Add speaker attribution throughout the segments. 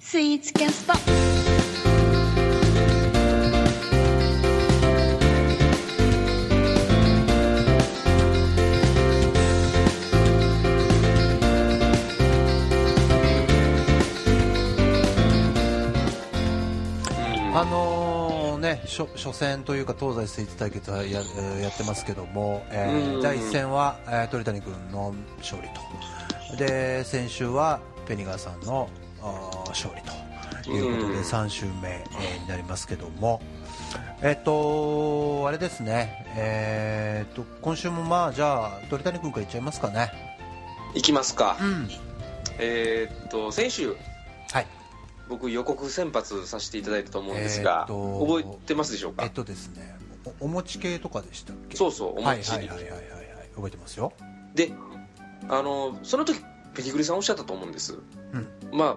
Speaker 1: スイーツキャスト
Speaker 2: あのーね、初初戦というか東西スイーツ対決はや,、えーやってますけども、えー第1戦は、えー鳥谷君の勝利とで先週はペニガーさんのあー勝利ということで3週目、えーになりますけども。えっと、あれですね、えーっと今週もまあじゃあ鳥谷君からいっちゃいますかね、
Speaker 3: いきますか、
Speaker 2: ん
Speaker 3: えーっと先週
Speaker 2: はい、
Speaker 3: 僕予告先発させていただいたと思うんですが、
Speaker 2: えーっと
Speaker 3: 覚えてますでしょうか、
Speaker 2: えっとですね、おお餅系とかでしたっけ、
Speaker 3: そうそうお餅、
Speaker 2: はいはいはいはいはいはい、覚えてますよ、
Speaker 3: であのその時ペニグリさんおっしゃったと思うんです、
Speaker 2: うん
Speaker 3: まあ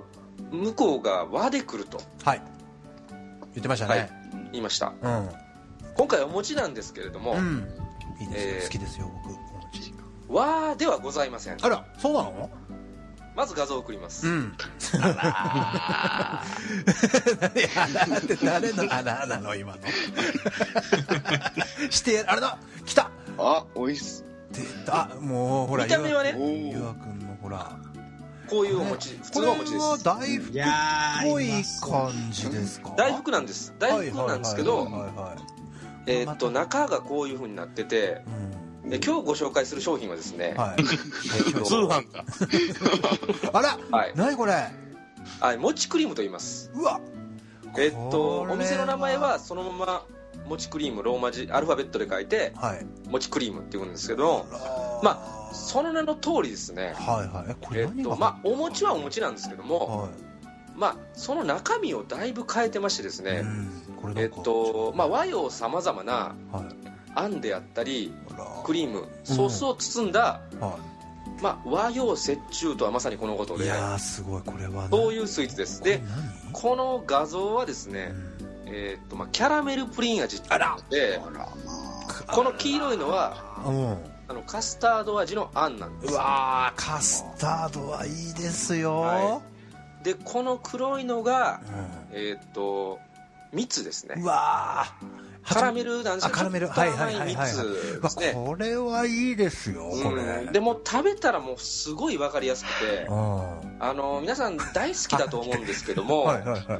Speaker 3: 向こうが和で来ると
Speaker 2: はい、言ってましたね。
Speaker 3: はい言いました
Speaker 2: うん、
Speaker 3: 今回お餅なんですけれども、
Speaker 2: うん、いいですよ、
Speaker 3: えー
Speaker 2: 好きですよ僕お餅
Speaker 3: 和ではございません
Speaker 2: あらそうなの
Speaker 3: まず画像を送ります、
Speaker 2: ん 何あらって誰のあらなの今のしてやるあれだ来た
Speaker 4: あ、おいし
Speaker 2: 出たもうほら
Speaker 3: 見た目はね
Speaker 2: ゆわくんのほら
Speaker 3: こういうお餅普通のお餅で
Speaker 2: こ
Speaker 3: す
Speaker 2: れは大福っ
Speaker 5: いやー
Speaker 2: ぽい
Speaker 5: います
Speaker 2: 感じですか
Speaker 3: 大福なんです大福なんですけ
Speaker 2: は
Speaker 3: ど、
Speaker 2: いはいはいはいはい
Speaker 3: えーっと中がこういうふうになってて
Speaker 2: うん
Speaker 3: で今日ご紹介する商品はですね、
Speaker 2: はいえっと
Speaker 4: 通販か。
Speaker 2: あら
Speaker 3: はい
Speaker 2: 何これ
Speaker 3: はい、もちクリームと言います
Speaker 2: うわ
Speaker 3: えっと
Speaker 2: これは
Speaker 3: お店の名前はそのままもちクリームローマ字アルファベットで書いて
Speaker 2: はい
Speaker 3: もちクリームって言うんですけどまあその名の通りですね
Speaker 2: はいはいえこれ
Speaker 3: え
Speaker 2: 何
Speaker 3: っ
Speaker 2: が
Speaker 3: とまあお餅はお餅なんですけども
Speaker 2: はい
Speaker 3: まあその中身をだいぶ変えてましてですね
Speaker 2: うんこれなん
Speaker 3: えっ
Speaker 2: か
Speaker 3: とまあ和洋さまざまな
Speaker 2: はい
Speaker 3: あんであったりク
Speaker 2: ー
Speaker 3: リームソースを包んだ、
Speaker 2: ム、は
Speaker 3: まあ、和洋折衷とはまさにこのこと
Speaker 2: い、い
Speaker 3: で
Speaker 2: やーすごいこれはな
Speaker 3: そういうスイーツですで
Speaker 2: こ
Speaker 3: この画像はです
Speaker 2: れ
Speaker 3: ね
Speaker 2: 何、
Speaker 3: えーっとまあ、キャラメルプリン味っていうのでこの黄色いのは
Speaker 2: うんうん
Speaker 3: あのカスタード味のあんなんです
Speaker 2: うわーカスタードはいいですよ、
Speaker 3: はでこの黒いのが
Speaker 2: う
Speaker 3: えーっと蜜です
Speaker 2: ん
Speaker 3: ね
Speaker 2: うわー
Speaker 3: カラメルなんです
Speaker 2: あ
Speaker 3: けど
Speaker 2: カラメル
Speaker 3: ちょっと
Speaker 2: はい
Speaker 3: 甘
Speaker 2: はいはいいはい、は
Speaker 3: 蜜
Speaker 2: い、
Speaker 3: ですね
Speaker 2: うわこれはいいですよこれ、
Speaker 3: うんでも食べたらもうすごい分かりやすくて
Speaker 2: うん
Speaker 3: あの皆さん大好きだと思うんですけども、
Speaker 2: はいはいはい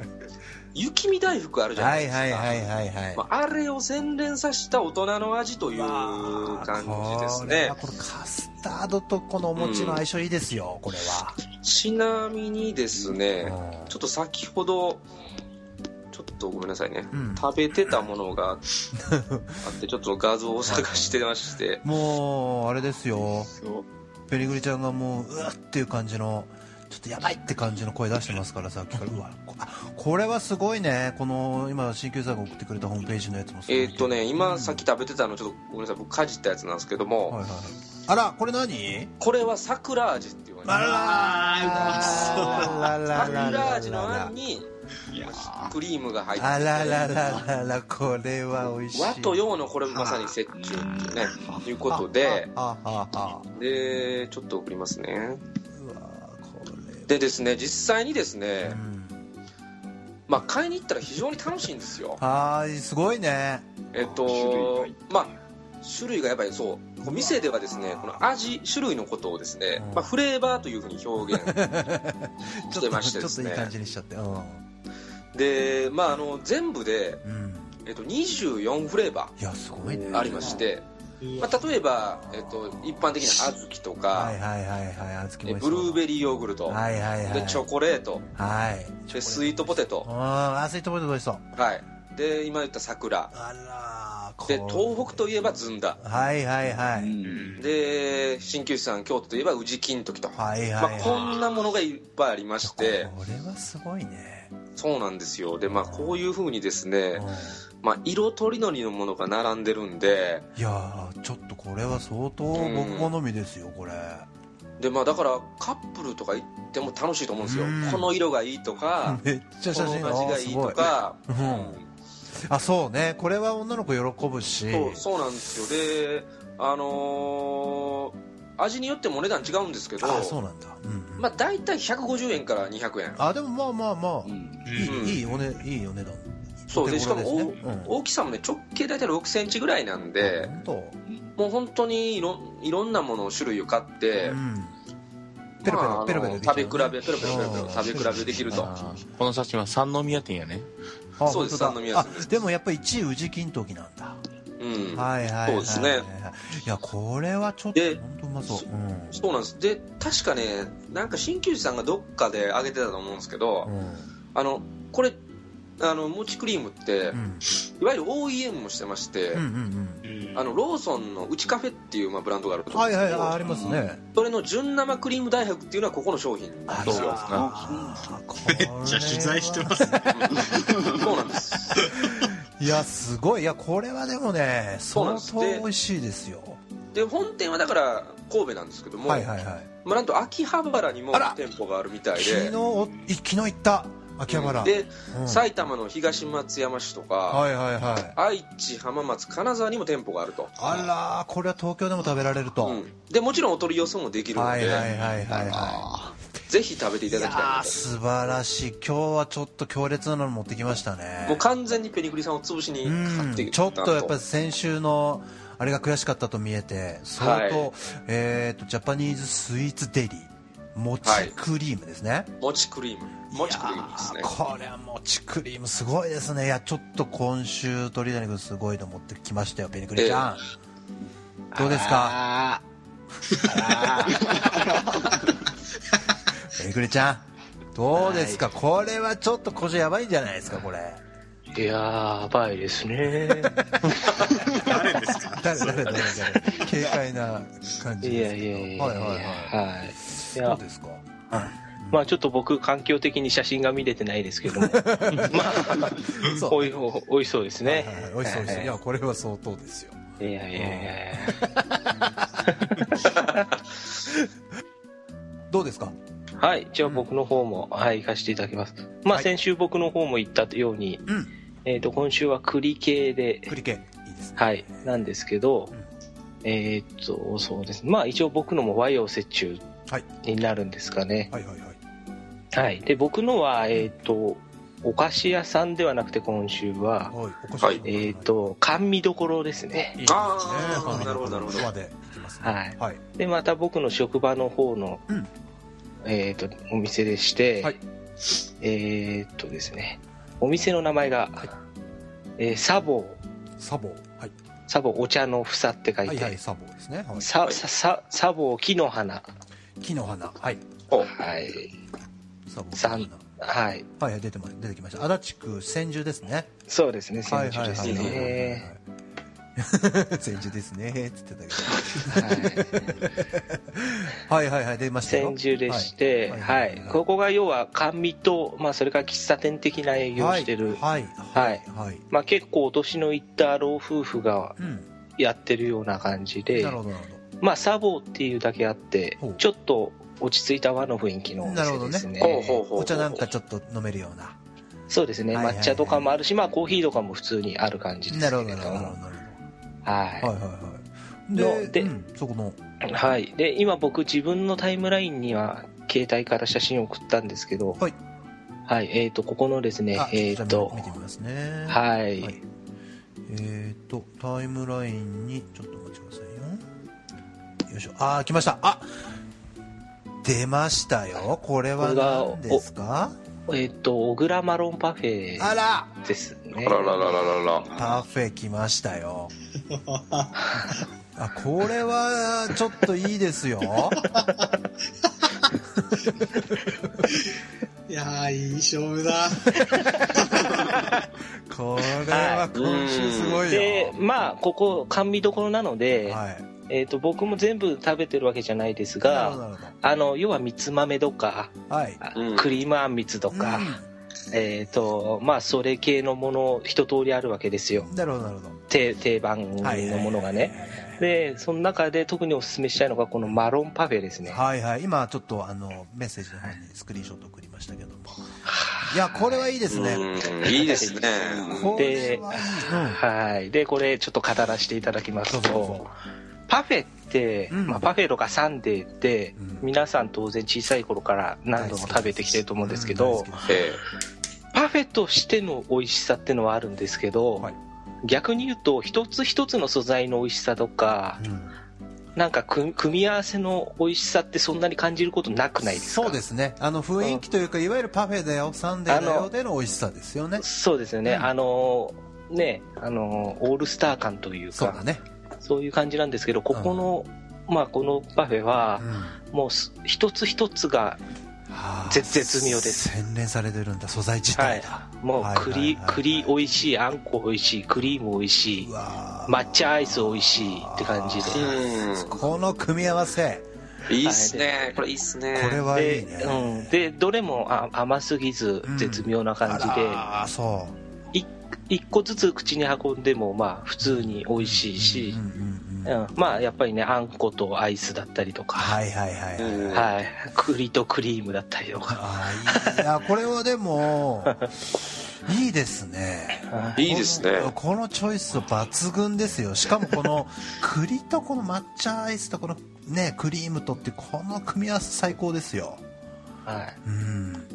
Speaker 3: 雪見大福あるじゃな
Speaker 2: はいい
Speaker 3: ですか、
Speaker 2: はいはいはいはい
Speaker 3: まあ、あれを洗練させた大人の味という感じです
Speaker 2: これ
Speaker 3: ね
Speaker 2: はこれカスタードとこのお餅の相性いいですよ、これは、
Speaker 3: ちなみにですね
Speaker 2: うん
Speaker 3: ちょっと先ほどちょっとごめんなさいね、
Speaker 2: うん
Speaker 3: 食べてたものがあってちょっと画像を探してまして
Speaker 2: もうあれですよ
Speaker 4: そう。
Speaker 2: ペリグリちゃんがもううわっていう感じのちょっとやばいって感じの声出してますからさっきからうわこあこれはすごいねこの今新旧さんが送ってくれたホームページのやつもすごいけ
Speaker 3: えー
Speaker 2: ど
Speaker 3: っとね今さっ
Speaker 2: き、
Speaker 3: き食べてたのちょっとごめんなさい僕かじったやつなんですけども、
Speaker 2: はいはいはい、あらこれ何
Speaker 3: これは桜味っていうの
Speaker 2: あ
Speaker 3: ね
Speaker 2: らららららら
Speaker 3: 桜味のあんに
Speaker 5: いや
Speaker 3: クリームが入って
Speaker 2: あら
Speaker 3: て
Speaker 2: ららららこれは美味しい
Speaker 3: 和と洋のこれまさに折衷っていうねいうことで
Speaker 2: ああああ
Speaker 3: でちょっと送りますね
Speaker 2: うわこれ
Speaker 3: でですね実際にですね
Speaker 2: う、ん
Speaker 3: まあ、買いに行ったら非常に楽しいんですよ
Speaker 2: はーいすごいね
Speaker 3: えっとまあ種類がやっぱりそうこう店ではですねこの味種類のことをですね
Speaker 2: う、ん
Speaker 3: まあ、フレーバーというふうに表 現
Speaker 2: ち
Speaker 3: し
Speaker 2: ょ
Speaker 3: て
Speaker 2: っと
Speaker 3: まし
Speaker 2: ちょ
Speaker 3: てで
Speaker 2: っと
Speaker 3: す
Speaker 2: いい
Speaker 3: ね
Speaker 2: 感じにしちゃってうん、
Speaker 3: で、まあ、あの全部で、
Speaker 2: うん、
Speaker 3: えっと、24フレーバ
Speaker 2: いやすごいね
Speaker 3: ーありまして、まあ、例えば、えっと、一般的な小豆とか
Speaker 2: はい、はいはいはいあつき
Speaker 3: えブルー
Speaker 2: ベ
Speaker 3: ベリーヨーグルト、
Speaker 2: はいはいはい
Speaker 3: でチョコレート
Speaker 2: はい
Speaker 3: でスイートポテト、
Speaker 2: ああスイートポテト美味しそう
Speaker 3: はい、で今言った桜
Speaker 2: あらー
Speaker 3: で
Speaker 2: これ
Speaker 3: 東北といえばずんだ
Speaker 2: はいはいはい、
Speaker 3: で鍼灸師さん京都といえば宇治金時と、
Speaker 2: はいはい
Speaker 3: ま
Speaker 2: は
Speaker 3: あ、
Speaker 2: い、
Speaker 3: こんなものがいっぱいありまして
Speaker 2: これはすごいね、
Speaker 3: そうなんですよでまあこういうふうにです
Speaker 2: うん
Speaker 3: ね、まあ、色とりどりのものが並んでるんで
Speaker 2: いやーちょっとこれは相当僕好みですよこれ
Speaker 3: で、まあ、だからカップルとか行っても楽しいと思うんですよ
Speaker 2: うん
Speaker 3: この色がいいとか
Speaker 2: めっちゃ
Speaker 3: こ
Speaker 2: 写真
Speaker 3: の味がいいとか
Speaker 2: あーすごいうんあそうねこれは女の子喜ぶし
Speaker 3: そうそうなんですよであのー味によってもお値段違うんですけど
Speaker 2: あそうなんだ、うんうん
Speaker 3: まあ、大体150円から200円
Speaker 2: あでもまあまあまあ、
Speaker 1: うん
Speaker 2: いい,、
Speaker 3: うん
Speaker 2: いいおねいいお値段
Speaker 3: そうで
Speaker 2: お手
Speaker 3: しか
Speaker 2: 頃
Speaker 3: も
Speaker 2: ですねうん
Speaker 3: 大大きさもね直径大体6センチぐらいなんで
Speaker 2: 本当
Speaker 3: もう本当にいろんいろんなものの種類を買って、
Speaker 2: うんペロペ
Speaker 3: まああ
Speaker 2: ロ
Speaker 3: の
Speaker 2: ペロペロでき
Speaker 3: 食べ
Speaker 2: る
Speaker 3: 比べペロペロペロペロ食べ比べできると
Speaker 2: あー
Speaker 1: この写真は三宮店やね
Speaker 2: あ
Speaker 3: そうです
Speaker 2: 本
Speaker 3: 三
Speaker 2: 当
Speaker 3: 宮
Speaker 2: だ
Speaker 3: さんで
Speaker 2: あ
Speaker 3: す
Speaker 2: でもやっぱり1位宇治金時なんだ、
Speaker 3: うん
Speaker 2: はいはいはい
Speaker 3: そうですね
Speaker 2: いやこれはちょっと
Speaker 3: で
Speaker 2: 本当うまそう、うん
Speaker 3: そうなんですで確かねなんか鍼灸師さんがどっかであげてたと思うんですけど、
Speaker 2: うん
Speaker 3: あのこれあの餅クリームって、
Speaker 2: うん
Speaker 3: いわゆる OEM もしてまして、
Speaker 2: うんうん
Speaker 3: あのローソンのうちカフェっていうまあブランドがあると
Speaker 2: うん
Speaker 3: 思うん
Speaker 2: はいは
Speaker 3: ですけ
Speaker 2: い
Speaker 3: ど、
Speaker 2: あありますね
Speaker 3: それの純生クリーム大福っていうのはここの商品なんです
Speaker 1: そう
Speaker 3: よ
Speaker 1: あ
Speaker 2: あーこ
Speaker 4: め
Speaker 2: れ
Speaker 4: っ
Speaker 2: は
Speaker 4: ちゃ取材してますね
Speaker 3: そうなんです
Speaker 2: いやすごいいやこれはでもね
Speaker 3: そうなん
Speaker 2: 相
Speaker 3: です
Speaker 2: 当美味しいですよ
Speaker 3: で本店はだから神戸なんですけども、
Speaker 2: はいはいはい
Speaker 3: まあ、なんと秋葉原にも
Speaker 2: あら
Speaker 3: 店舗があるみたいで
Speaker 2: 昨日おい昨日行った秋葉原、
Speaker 3: で、
Speaker 2: うん
Speaker 3: 埼玉の東松山市とか、
Speaker 2: はいはいはい
Speaker 3: 愛知浜松金沢にも店舗があると、
Speaker 2: あらーこれは東京でも食べられると、
Speaker 3: うん、でもちろんお取り寄せもできるの
Speaker 2: は
Speaker 3: で、
Speaker 2: いはいはいはいは
Speaker 3: ぜひ食べてい
Speaker 2: い
Speaker 3: ただきたいな
Speaker 2: やー素晴らしい今日はちょっと強烈なの持ってきましたね
Speaker 3: ともう完全にペニクリさんを潰しに買って
Speaker 2: うん
Speaker 3: きた
Speaker 2: ちょっとやっぱり先週のあれが悔しかったと見えて相当、
Speaker 3: は
Speaker 2: えー、とジャパニーズスイーツデリーもちクリームですね、
Speaker 3: 餅クリーム餅クリームですね
Speaker 2: いやーこれはもちクリームすごいですねいやちょっと今週鳥谷君すごいの持ってきましたよペニクリちゃん、どうですか
Speaker 4: か
Speaker 2: ペニクリちゃんどうですか、これはちょっと腰やばいんじゃないですかこれ
Speaker 5: いやー、やばいで すね。
Speaker 4: 誰ですか
Speaker 2: 誰誰誰誰軽快な感じ
Speaker 5: い
Speaker 2: です
Speaker 5: や
Speaker 2: けど
Speaker 5: いやいや
Speaker 2: はいはいはい
Speaker 5: はい。い
Speaker 2: どう
Speaker 5: や、
Speaker 2: ですか
Speaker 5: まあちょっと僕、環境的に写真が見れてないですけども、
Speaker 2: そう
Speaker 5: おい、おおいしそうですね。
Speaker 2: はいはい、美味しそうですね。いや、これは相当ですよ。
Speaker 5: いやいやいやいや
Speaker 2: どうですか。
Speaker 5: はい、じゃあ僕の方も、はい、行かせていただきます。ま
Speaker 2: は
Speaker 5: あ
Speaker 2: い
Speaker 5: 先週僕の方も言ったように、
Speaker 2: うん
Speaker 5: えっ、と、今週は栗系で、
Speaker 2: 栗系。いいですね。
Speaker 5: はい、なんですけど、
Speaker 2: うん
Speaker 5: えっと、そうですね。まあ一応僕のも和洋折衷
Speaker 2: はい
Speaker 5: になるんですかね。
Speaker 2: はいはいはい。
Speaker 5: はい、で僕のは、えー、とお菓子屋さんではなくて今週は、
Speaker 2: はい、おこし
Speaker 3: はい
Speaker 5: えー、と甘味どころですね、
Speaker 2: いいですね。
Speaker 3: あー
Speaker 2: はい
Speaker 3: なるほどなるほど
Speaker 2: までいきますね。
Speaker 5: はい、
Speaker 2: はい。
Speaker 5: でまた僕の職場の方の、
Speaker 2: うん
Speaker 5: えー、とお店でして、
Speaker 2: はい
Speaker 5: えっ、とですねお店の名前が、えーサボー
Speaker 2: サボ。はい。
Speaker 5: サボーお茶の房って書いて、
Speaker 2: はいはい、サボですね。はい。
Speaker 5: さささサボー木の花、
Speaker 2: 木の花。はい。
Speaker 3: お
Speaker 5: はい
Speaker 2: サボ。
Speaker 5: さん
Speaker 2: 木の
Speaker 5: はい、
Speaker 2: 花はいはい、出てま、出てきました。足立区千住ですね。
Speaker 5: そうですね
Speaker 2: は
Speaker 5: 先
Speaker 2: い
Speaker 5: 週
Speaker 2: はい
Speaker 5: です
Speaker 2: はいはいはいはい
Speaker 5: ね。
Speaker 2: 千住ですね。って言ってたけど。
Speaker 5: は
Speaker 2: はい
Speaker 5: い
Speaker 2: はいはい、出ましたよ。
Speaker 5: 千住でして、
Speaker 2: は
Speaker 5: はいい
Speaker 2: はいはい
Speaker 5: ここが要は甘味と、まあ、それから喫茶店的な営業をしてる、
Speaker 2: はい。はい。はい。はい。
Speaker 5: まあ、結構お年のいった老夫婦が
Speaker 2: うん。
Speaker 5: やってるような感じで
Speaker 2: なる、ほどなるほど。
Speaker 5: まあ、サボーっていうだけあって
Speaker 2: ほう
Speaker 5: ちょっと落ち着いた和の雰囲気のお店ですね
Speaker 2: なる
Speaker 3: ほどねほうほう
Speaker 2: お茶なんかちょっと飲めるような。
Speaker 5: そうですね
Speaker 2: はいはいはい
Speaker 5: 抹茶とかもあるし、まあ、コーヒーとかも普通にある感じです
Speaker 2: な
Speaker 5: け
Speaker 2: る
Speaker 5: れ
Speaker 2: ほどな
Speaker 5: ど
Speaker 2: るほどなる
Speaker 5: も
Speaker 2: ほ
Speaker 5: はい、
Speaker 2: どはいはい
Speaker 5: は
Speaker 2: はいで
Speaker 5: ので
Speaker 2: うんそこの
Speaker 5: いで今僕自分のタイムラインには携帯から写真を送ったんですけど
Speaker 2: はい、
Speaker 5: はいえー、とここのですね
Speaker 2: あ
Speaker 5: えっ、と
Speaker 2: 見てみますね
Speaker 5: はい、
Speaker 2: はいえっとタイムラインにちょっとお待ちくださいよよいしょあー来ましたあ出ましたよこれは
Speaker 5: これが
Speaker 2: 何ですか
Speaker 5: えっ、と、小倉マロンパフ
Speaker 2: あ
Speaker 5: ェ
Speaker 2: ら
Speaker 5: です
Speaker 3: あ
Speaker 5: ね。
Speaker 3: らららららら
Speaker 2: パフェ来ましたよ あこれはちょっといいですよ
Speaker 4: いやーいい勝負だ
Speaker 2: これは今週すごいよ、
Speaker 5: で、まあ、ここ、甘味どころなので、
Speaker 2: はい
Speaker 5: えっ、と、僕も全部食べてるわけじゃないです
Speaker 2: なるほど
Speaker 5: が、
Speaker 2: なるほ
Speaker 5: あの、要は、みつ豆とか、
Speaker 2: どはい
Speaker 5: あ
Speaker 3: うん
Speaker 5: クリームあんみつとか、えっ、と、まあ、それ系のもの、一通りあるわけですよ
Speaker 2: う。んなるほどなるほど
Speaker 5: 定定番のものがね。で、その中で特におすすめしたいのが、このマロンパフェですね。
Speaker 2: はいはい今ちょっとあのメッセージの方にスクリーンショット送りましたけどもいやこれはいいですね
Speaker 3: うんいいですね
Speaker 2: これはいいうん
Speaker 5: はい。で、これ、ちょっと語らせていただきま
Speaker 2: ど
Speaker 5: す
Speaker 2: うぞどう
Speaker 5: と
Speaker 2: ぞ、
Speaker 5: パフェって、
Speaker 2: うん
Speaker 5: まあ、バフェローがサンデーって、
Speaker 2: うん
Speaker 5: 皆さん当然小さい頃から何度も食べてきてると思うんですけど、
Speaker 2: うん大好き
Speaker 3: え
Speaker 5: パフェとしての美味しさってのはあるんですけど、
Speaker 2: はい
Speaker 5: 逆に言うと一つ一つの素材の美味しさとか
Speaker 2: うん
Speaker 5: なんか組組み合わせの美味しさってそんなに感じることなくないですか
Speaker 2: そうですねあの雰囲気というかいわゆるパフェだよサンデーだ
Speaker 5: あ
Speaker 2: よ
Speaker 5: の
Speaker 2: での美味しさですよね
Speaker 5: そうですよね、
Speaker 2: うん
Speaker 5: あのねあのオールスター感という
Speaker 2: そうだ
Speaker 5: か
Speaker 2: ね、
Speaker 5: そういう感じなんですけどここの、まあこのパフェは
Speaker 2: うん
Speaker 5: もうす一つ一つが
Speaker 2: はあ
Speaker 5: 絶絶妙です
Speaker 2: 洗練されてるんだ素材自体だ、
Speaker 5: もう
Speaker 2: はいはいはい
Speaker 5: 栗
Speaker 2: はい
Speaker 5: 栗美味しいあんこ美味しいクリーム美味しいう
Speaker 2: わあ
Speaker 5: 抹茶アイス美味しいって感じで
Speaker 3: えうん。
Speaker 2: この組み合わせ
Speaker 3: いいっすね。これいいっすね。
Speaker 2: これはい
Speaker 5: で
Speaker 2: いね、
Speaker 5: うん、でどれもあ甘すぎず
Speaker 2: うん
Speaker 5: 絶妙な感じで、
Speaker 2: あらそ、
Speaker 5: 一1個ずつ口に運んでもまあ普通に美味しいうし
Speaker 2: うん、うん
Speaker 5: う
Speaker 2: うんん、
Speaker 5: まあやっぱりねあんことアイスだったりとか、は
Speaker 2: はいはいはい、はい
Speaker 3: うん
Speaker 5: い栗とクリームだったりとか、
Speaker 2: あーいいいやこれはで もいいですね
Speaker 5: はい
Speaker 3: いいですね。
Speaker 2: このこのチョイス抜群ですよしかもこの栗とこの抹茶アイスとこのねクリームとってこの組み合わせ最高ですよ
Speaker 5: はい
Speaker 2: うん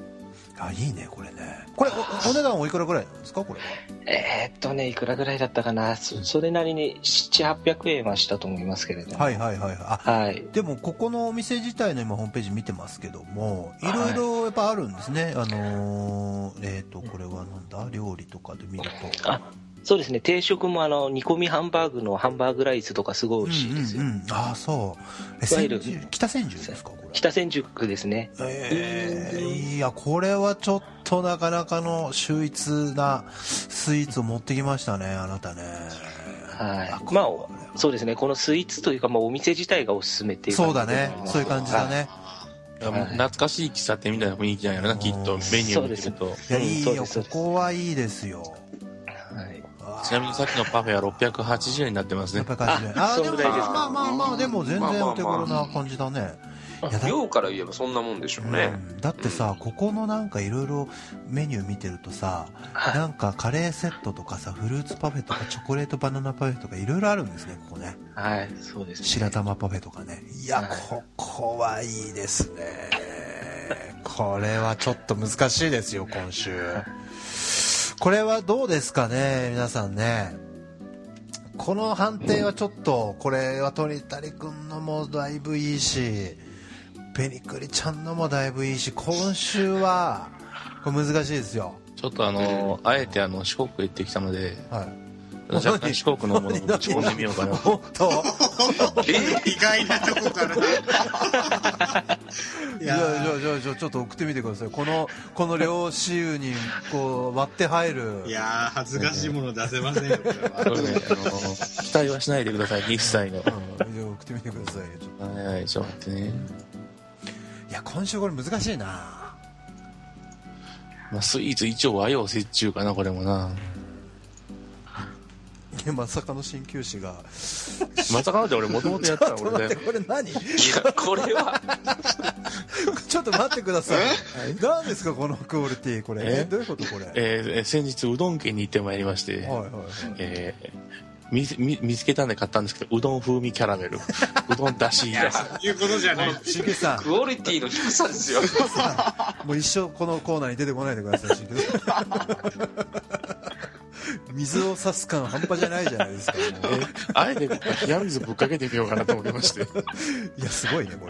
Speaker 2: あいいねこれねこれおお値段おいくらぐらいなんですかこれは
Speaker 5: えーっとねいくらぐらいだったかなそそれなりに700800円はしたと思いますけれども
Speaker 2: はいはいはいはいあ
Speaker 5: はい
Speaker 2: でもここのお店自体の今ホームページ見てますけどもいろ
Speaker 5: はい
Speaker 2: いろやっぱあるんですね、あのー、えっ、とこれはなんだ料理とかで見ると
Speaker 5: あそうですね定食もあの煮込みハンバーグのハンバーグライスとかすごい
Speaker 2: うん
Speaker 5: 美味しいですよ、
Speaker 2: うんうん、ああそうえ
Speaker 5: いわゆる
Speaker 2: 千住北千住ですかこれ
Speaker 5: 北千住区ですね
Speaker 2: えー、いやこれはちょっとなかなかの秀逸なスイーツを持ってきましたねあなたね
Speaker 5: はい、まあ
Speaker 2: これは
Speaker 5: そうですね、このスイーツというか、まあ、お店自体がおすすめっていう感
Speaker 2: そう
Speaker 5: じ
Speaker 2: だ
Speaker 5: で
Speaker 2: ねそういう感じだね
Speaker 1: いやもう懐かしい喫茶店みたいな雰囲気じゃないかな、きっと。メニュー見てると。
Speaker 2: いや
Speaker 5: うん
Speaker 2: いい
Speaker 5: そう
Speaker 2: よ
Speaker 5: です
Speaker 2: こ
Speaker 5: そうです
Speaker 2: こはいいですよ
Speaker 5: はい
Speaker 2: あー
Speaker 1: ちなみにさっきのパフェは680円になってますね。
Speaker 2: 680円あ
Speaker 5: そ
Speaker 2: で
Speaker 5: ん
Speaker 2: も
Speaker 5: ぐらいです
Speaker 2: まあまあまあでも全然お手頃な感じだね
Speaker 5: まあまあ
Speaker 2: いやだ
Speaker 3: 量から言えばそんなもんでしょうね。
Speaker 2: うんだってさここのなんかいろいろメニュー見てるとさなんかカレーセットとかさフルーツパフェとかチョコレートバナナパフェとかいろいろあるんですねここね
Speaker 5: はい、そうですね。
Speaker 2: 白玉パフェとかねいや
Speaker 5: はい
Speaker 2: ここはいいですねこれはちょっと難しいですよ今週これはどうですかね皆さんねこの判定はちょっとこれは鳥谷君のもだいぶいいしペニクリちゃんのもだいぶいいし今週はこれ難しいですよ
Speaker 1: ちょっとあの、あえてあの、四国へ行ってきたので、
Speaker 2: はい
Speaker 1: 若干四国のものを持ち込んでみようかな。
Speaker 2: 本当
Speaker 4: 意外なと こから。い
Speaker 2: いや
Speaker 4: や
Speaker 2: じゃあじゃあじゃあちょっと送ってみてくださいこのこの両私有にこう割って入る
Speaker 4: ー、いやー恥ずかしいもの出せませんよ、これ
Speaker 1: そう
Speaker 4: は。
Speaker 1: ですね、あの、期待はしないでください、一切の。
Speaker 2: うんじゃあ送ってみてくださいよちょっ
Speaker 1: はいはい、ちょっと待ってね。
Speaker 2: といや今週これ難しいな
Speaker 1: まあ、スイーツ一応和洋折衷かな、これもな。
Speaker 2: いやまさかの鍼灸師が
Speaker 1: まさかのって俺もともとやっ てた俺だ
Speaker 2: 待っ
Speaker 1: よ
Speaker 2: て。これ何
Speaker 3: いや、これは、
Speaker 2: ちょっと待ってください何ですかこのクオリティこれ
Speaker 1: え
Speaker 2: えどういうことこれはい
Speaker 1: えーえー先日うどん県に行ってまいりまして、
Speaker 2: はいはい
Speaker 1: えー見つ見見つけたんで買ったんですけどうどん風味キャラメルうどんだし入りです
Speaker 4: いうことじゃない。
Speaker 2: 鍼灸師さん
Speaker 3: クオリティの低さですよ。
Speaker 2: もう一生このコーナーに出てこないでください鍼灸師 さん水を差す感半端じゃないじゃないですかもう
Speaker 1: えーあえて冷や水ぶっかけてみようかなと思いまして
Speaker 2: いやすごいねこ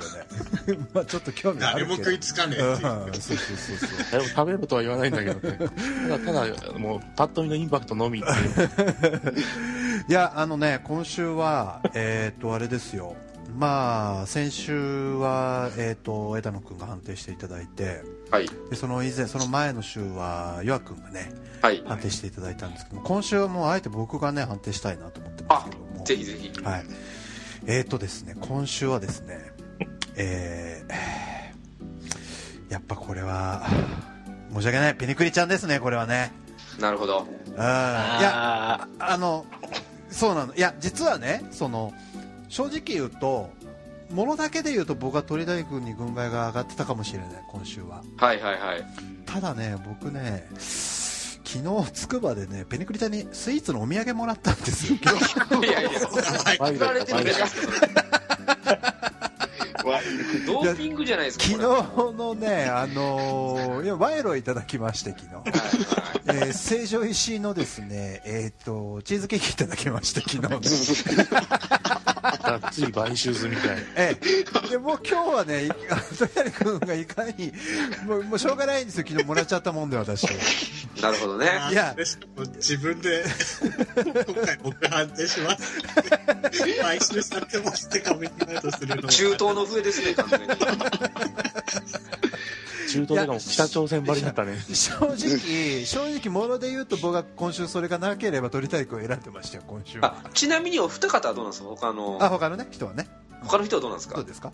Speaker 2: れね まあちょっと興味あ
Speaker 4: 誰
Speaker 2: る
Speaker 4: も
Speaker 2: けど
Speaker 4: 食いつかねえっていう。
Speaker 2: うんそうそうそうそう
Speaker 1: 誰も食べるとは言わないんだけどねただただもうパッと見のインパクトのみっていう
Speaker 2: いやあのね今週はえーっとあれですよまあ先週はえーっと枝野君が判定していただいて
Speaker 3: はい。
Speaker 2: でその以前その前の週は岩君がね
Speaker 3: はい。
Speaker 2: 判定していただいたんですけど今週はもうあえて僕がね判定したいなと思ってますけども
Speaker 3: ぜひぜひ。
Speaker 2: はいえーっとですね今週はですねえーやっぱこれは申し訳ないペニクリちゃんですねこれはね
Speaker 3: なるほど。
Speaker 2: うんいや
Speaker 5: あ
Speaker 2: あのそうなのいや実はねその正直言うとものだけで言うと僕は鳥谷君に軍配が上がってたかもしれない今週は
Speaker 3: はいはいはい。
Speaker 2: ただね僕ね昨日つくばでねペニクリタにスイーツのお土産もらったんですよ
Speaker 3: いやいや、
Speaker 1: ワイ
Speaker 3: 振
Speaker 1: ルド
Speaker 3: ら
Speaker 1: だ
Speaker 3: れ
Speaker 1: ってた
Speaker 3: る
Speaker 1: ワイ
Speaker 3: で
Speaker 1: ル
Speaker 3: し
Speaker 1: ド
Speaker 3: ょ。ドーピングじゃないですか。
Speaker 2: 昨日
Speaker 3: こ
Speaker 2: のね、あのーいや賄賂いただきまして、昨
Speaker 3: れ
Speaker 2: 日、
Speaker 3: は
Speaker 2: えー、成城石井のですね、えっ、と、チーズケーキいただきまして、昨 日、
Speaker 1: がっつり買収済みたいな。
Speaker 2: ええ、でもう今日はね、い あの鳥谷君がいかに、もうもうしょうがないんですよ、昨日もらっちゃったもんで、私。
Speaker 3: いなるほどね。
Speaker 2: いや
Speaker 4: 自分で今回僕判定し ます買収されてもしてかめきないとするの
Speaker 3: 中東の笛ですね、完全に。
Speaker 1: 中東でも北朝鮮ばりだったね。
Speaker 2: 正直、正直、もので言うと、僕は今週それがなければ、鳥谷君を選んでましたよ、今週は。
Speaker 3: あ、ちなみにお二方はどうなんですか他の、
Speaker 2: あ、他のね、人はね、
Speaker 3: 他の人はどうなんです
Speaker 2: ど
Speaker 3: か
Speaker 2: うですか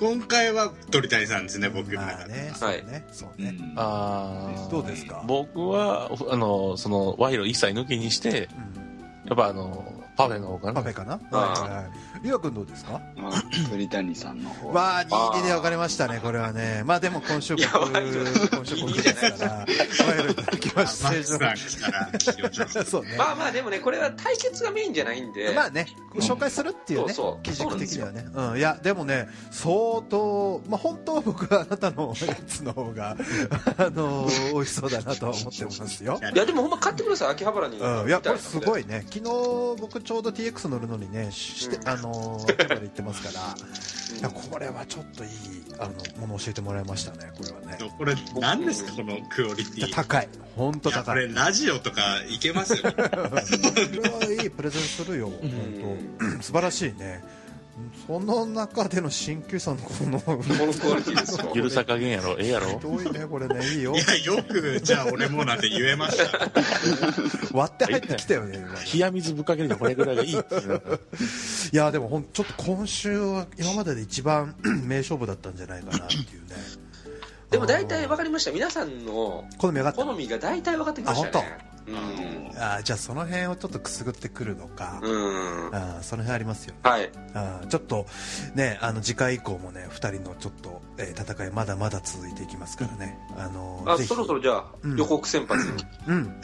Speaker 4: 今回は鳥谷さんですね僕の
Speaker 2: まあ
Speaker 4: 中で、
Speaker 2: ね、そうね、そうね。
Speaker 4: うん
Speaker 1: あー
Speaker 2: どうですか
Speaker 1: 僕は、あの、その、賄賂一切抜きにして、
Speaker 2: うん
Speaker 1: やっぱあの、パフェの方か
Speaker 2: パ
Speaker 1: な
Speaker 2: フェ。かな
Speaker 3: あー
Speaker 2: はいはいはいゆうくんどうですか
Speaker 6: まあ、鳥谷さんの方は。
Speaker 2: まあ、2位で分かれましたね、これはね。まあ、でも今週僕、
Speaker 3: やばいよ
Speaker 2: 今週僕ですから、ワイルドいただき
Speaker 4: あ
Speaker 2: ま
Speaker 4: マ
Speaker 2: した。
Speaker 4: ックさん来たら企業長
Speaker 2: 正常そうね。
Speaker 3: まあまあ、でもね、これは対決がメインじゃないんで。
Speaker 2: まあね、紹介するっていうね、
Speaker 3: そうそう
Speaker 2: 基軸的にはね。うん、いや、でもね、相当、まあ、本当は僕はあなたのやつの方が、 あの、美味しそうだなとは思ってますよ。
Speaker 3: いや、でもほんま買ってください、秋葉原に。
Speaker 2: うん、いやこれすご
Speaker 3: い。
Speaker 2: いね、昨日僕ちょうど TX 乗るのにね、ししてあのー、秋葉原行ってますから、いやこれはちょっといいあのもの教えてもらいましたね、これはね。
Speaker 4: これ何ですかこのクオリテ
Speaker 2: いや
Speaker 4: ィ
Speaker 2: 高い、本当
Speaker 4: いやこ
Speaker 2: 高い。
Speaker 4: れラジオとかいけますよね
Speaker 2: これはいいプレゼンするよ、本当、素晴らしいね。その中での新旧さんのこの
Speaker 3: このクオリティで すよ。
Speaker 1: ゆるさ加減やろ、ええやろ。
Speaker 2: どういねこれねいいよ
Speaker 4: い。やよくじゃあ俺もなんて言えました
Speaker 2: 割って入ってきたよね。今い
Speaker 1: 冷や水ぶっかけるにはこれぐらいがいいっていうのが
Speaker 2: やでもほんちょっと今週は今までで一番名勝負だったんじゃないかなっていうね。
Speaker 3: でも大体
Speaker 2: あの
Speaker 3: 分かりました。皆さんの
Speaker 2: ー好み上がった。
Speaker 3: 好みが大体分かってきましたね。うん
Speaker 2: あーじゃあその辺をちょっとくすぐってくるのか、
Speaker 3: うん。
Speaker 2: あーその辺ありますよ
Speaker 3: はい。
Speaker 2: あーちょっとねあの次回以降もね2人のちょっと、えー戦いまだまだ続いていきますからね、あのー
Speaker 3: あ、
Speaker 2: ぜひ
Speaker 3: そろそろじゃあ
Speaker 2: うん、
Speaker 3: 予告先発。
Speaker 2: うん、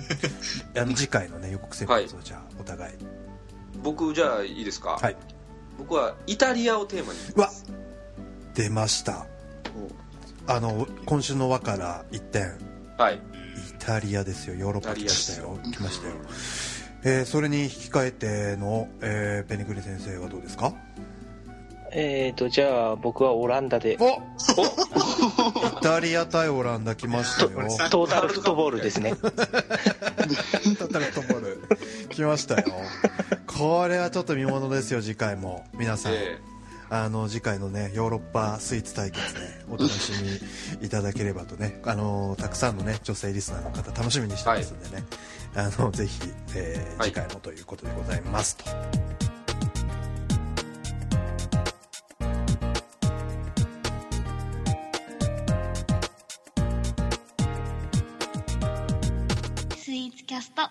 Speaker 2: あの次回のね予告戦発をじゃあお互い、
Speaker 3: 僕、じゃあいいですか
Speaker 2: はい。
Speaker 3: 僕はイタリアをテーマに。
Speaker 2: うわ出ましたあの今週の輪から1点
Speaker 3: はい。
Speaker 2: イタリアですよヨーロッパ来ましたよ来ましたよ、えーそれに引き換えての、えーペニクリ先生はどうですか
Speaker 5: えーと、じゃあ僕はオランダで、
Speaker 2: おイタリア対オランダ来ましたよ。
Speaker 5: トータルフットボールですね。
Speaker 2: だったらトボル 来ましたよ。これはちょっと見ものですよ、次回も。皆さん、
Speaker 3: え
Speaker 2: あの、次回のね、ヨーロッパスイーツ対決ね、お楽しみいただければとね、 あの、たくさんのね、女性リスナーの方楽しみにしてますんでね、あの、ぜひ、えー
Speaker 3: はい
Speaker 2: 次回もということでございますと。
Speaker 7: スイーツキャスト